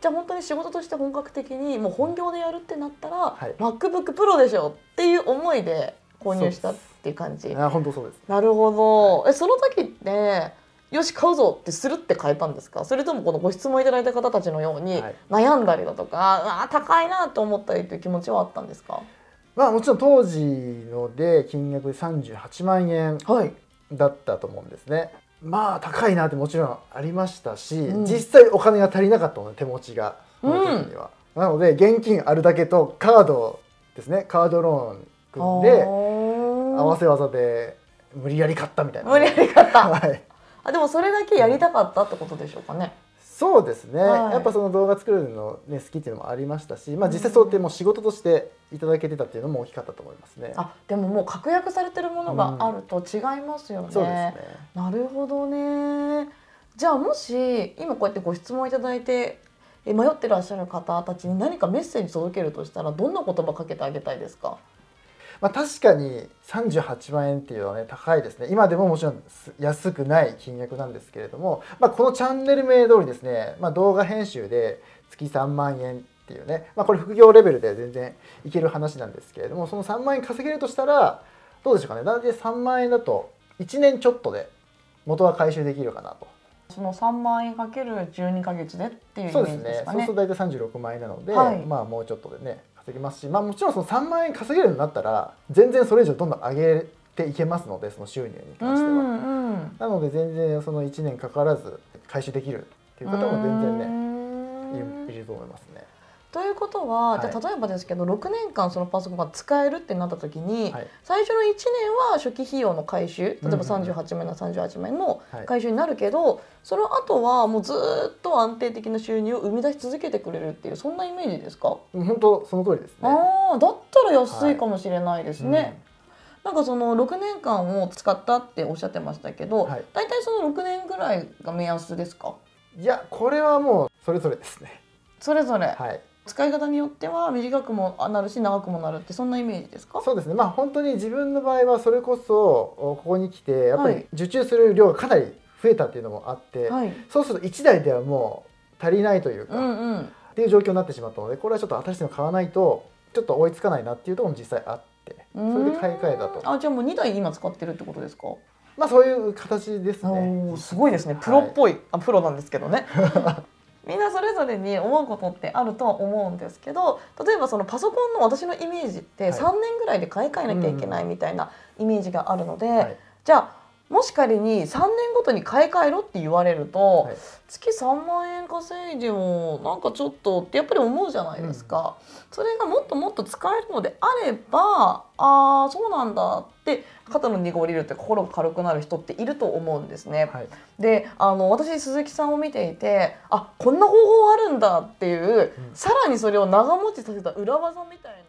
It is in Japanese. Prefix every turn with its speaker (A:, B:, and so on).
A: じゃあ本当に仕事として本格的にもう本業でやるってなったら、
B: はい
A: MacBookPro でしょっていう思いで購入したっていう感じ
B: あ本当そうです
A: なるほど、えその時ってよし買うぞってするって変えたんですかそれともこのご質問いただいた方たちのように
B: はい
A: 悩んだりだとか、ああ高いなと思ったりという気持ちはあったんですか
B: まあもちろん当時ので金額で38万円
A: はい
B: だったと思うんですねまあ高いなってもちろんありましたし、
A: うん
B: 実際お金が足りなかったので手持ちがその時には、なので現金あるだけとカードですねカードローン組んで合
A: 合
B: わせ技で無理やり買ったみたいな
A: 無理やり買った
B: はい
A: あでもそれだけやりたかったってことでしょうかね、
B: そうですね、
A: はい
B: やっぱその動画作るの、ね、好きっていうのもありましたし、まあ、実際そうやってもう仕事としていただけてたっていうのも大きかったと思いますね。
A: あでももう確約されてるものがあると違いますよね、
B: そうですね
A: なるほどね。じゃあもし今こうやってご質問いただいてえ迷ってらっしゃる方たちに何かメッセージ届けるとしたらどんな言葉かけてあげたいですか。
B: まあ、確かに38万円っていうのはね高いですね今でももちろんす安くない金額なんですけれども、まあ、このチャンネル名通りですね、まあ、動画編集で月3万円っていうね、まあ、これ副業レベルで全然いける話なんですけれどもその3万円稼げるとしたらどうでしょうかね大体3万円だと1年ちょっとで元は回収できるかなと。
A: その3万円かける12ヶ月でっていうイメ
B: そうで
A: ー
B: す
A: ジです
B: ね。
A: か
B: そう
A: ね
B: する。と大体36万円なので、
A: はい
B: まあもうちょっとでね稼ぎますし、まあもちろんその3万円稼げるようになったら全然それ以上どんどん上げていけますので、その収入に
A: う
B: 関しては。
A: んうん。
B: なので全然その1年かからず回収できるっていう方も全然ねいるいると思いますね。
A: ということは、
B: はい
A: じゃあ例えばですけど6年間そのパソコンが使えるってなった時に、
B: はい
A: 最初の1年は初期費用の回収例えば
B: うんうん
A: 38万円なら38万円の
B: はい
A: 回収になるけど、その後はもうずーっと安定的な収入を生み出し続けてくれるっていうそんなイメージですか、
B: 本当その通りですね。
A: ああだったら安いかもしれないですね。
B: う
A: な
B: ん
A: んかその6年間を使ったっておっしゃってましたけど、
B: はい
A: 大体その6年ぐらいが目安ですか
B: いやこれはもうそれぞれですね。
A: それぞれ、
B: はい。
A: 使い方によっては短くもなるし長くもなるってそんなイメージですか
B: そうですね。まあ本当に自分の場合はそれこそここに来てやっぱ
A: は
B: り
A: い
B: 受注する量がかなり増えたっていうのもあって。
A: はい。
B: そうすると1台ではもう足りないというか、
A: う
B: っ
A: んうん。
B: ていう状況になってしまったのでこれはちょっと新しいの買わないとちょっと追いつかないなっていうところも実際あってそれで買い替えた
A: うー
B: と
A: んあ、じゃあもう二台今使ってるってことですか。
B: まあそういう形ですね。
A: おーすごいですね。プロっぽい、あ、プロなんですけどね。 みんなそれぞれに思うことってあるとは思うんですけど例えばそのパソコンの私のイメージって
B: はい
A: 3年ぐらいで買い替えなきゃいけないみたいなイメージがあるので、
B: はい
A: じゃあもし仮に3年ごとに買い替えろって言われると、
B: はい
A: 月3万円稼いでもなんかちょっとってやっぱり思うじゃないですか、それがもっともっと使えるのであればああそうなんだって肩の荷が下りるって心が軽くなる人っていると思うんですね。
B: はい
A: であの私鈴木さんを見ていてあこんな方法あるんだっていう、
B: ん
A: さらにそれを長持ちさせた裏技みたいのを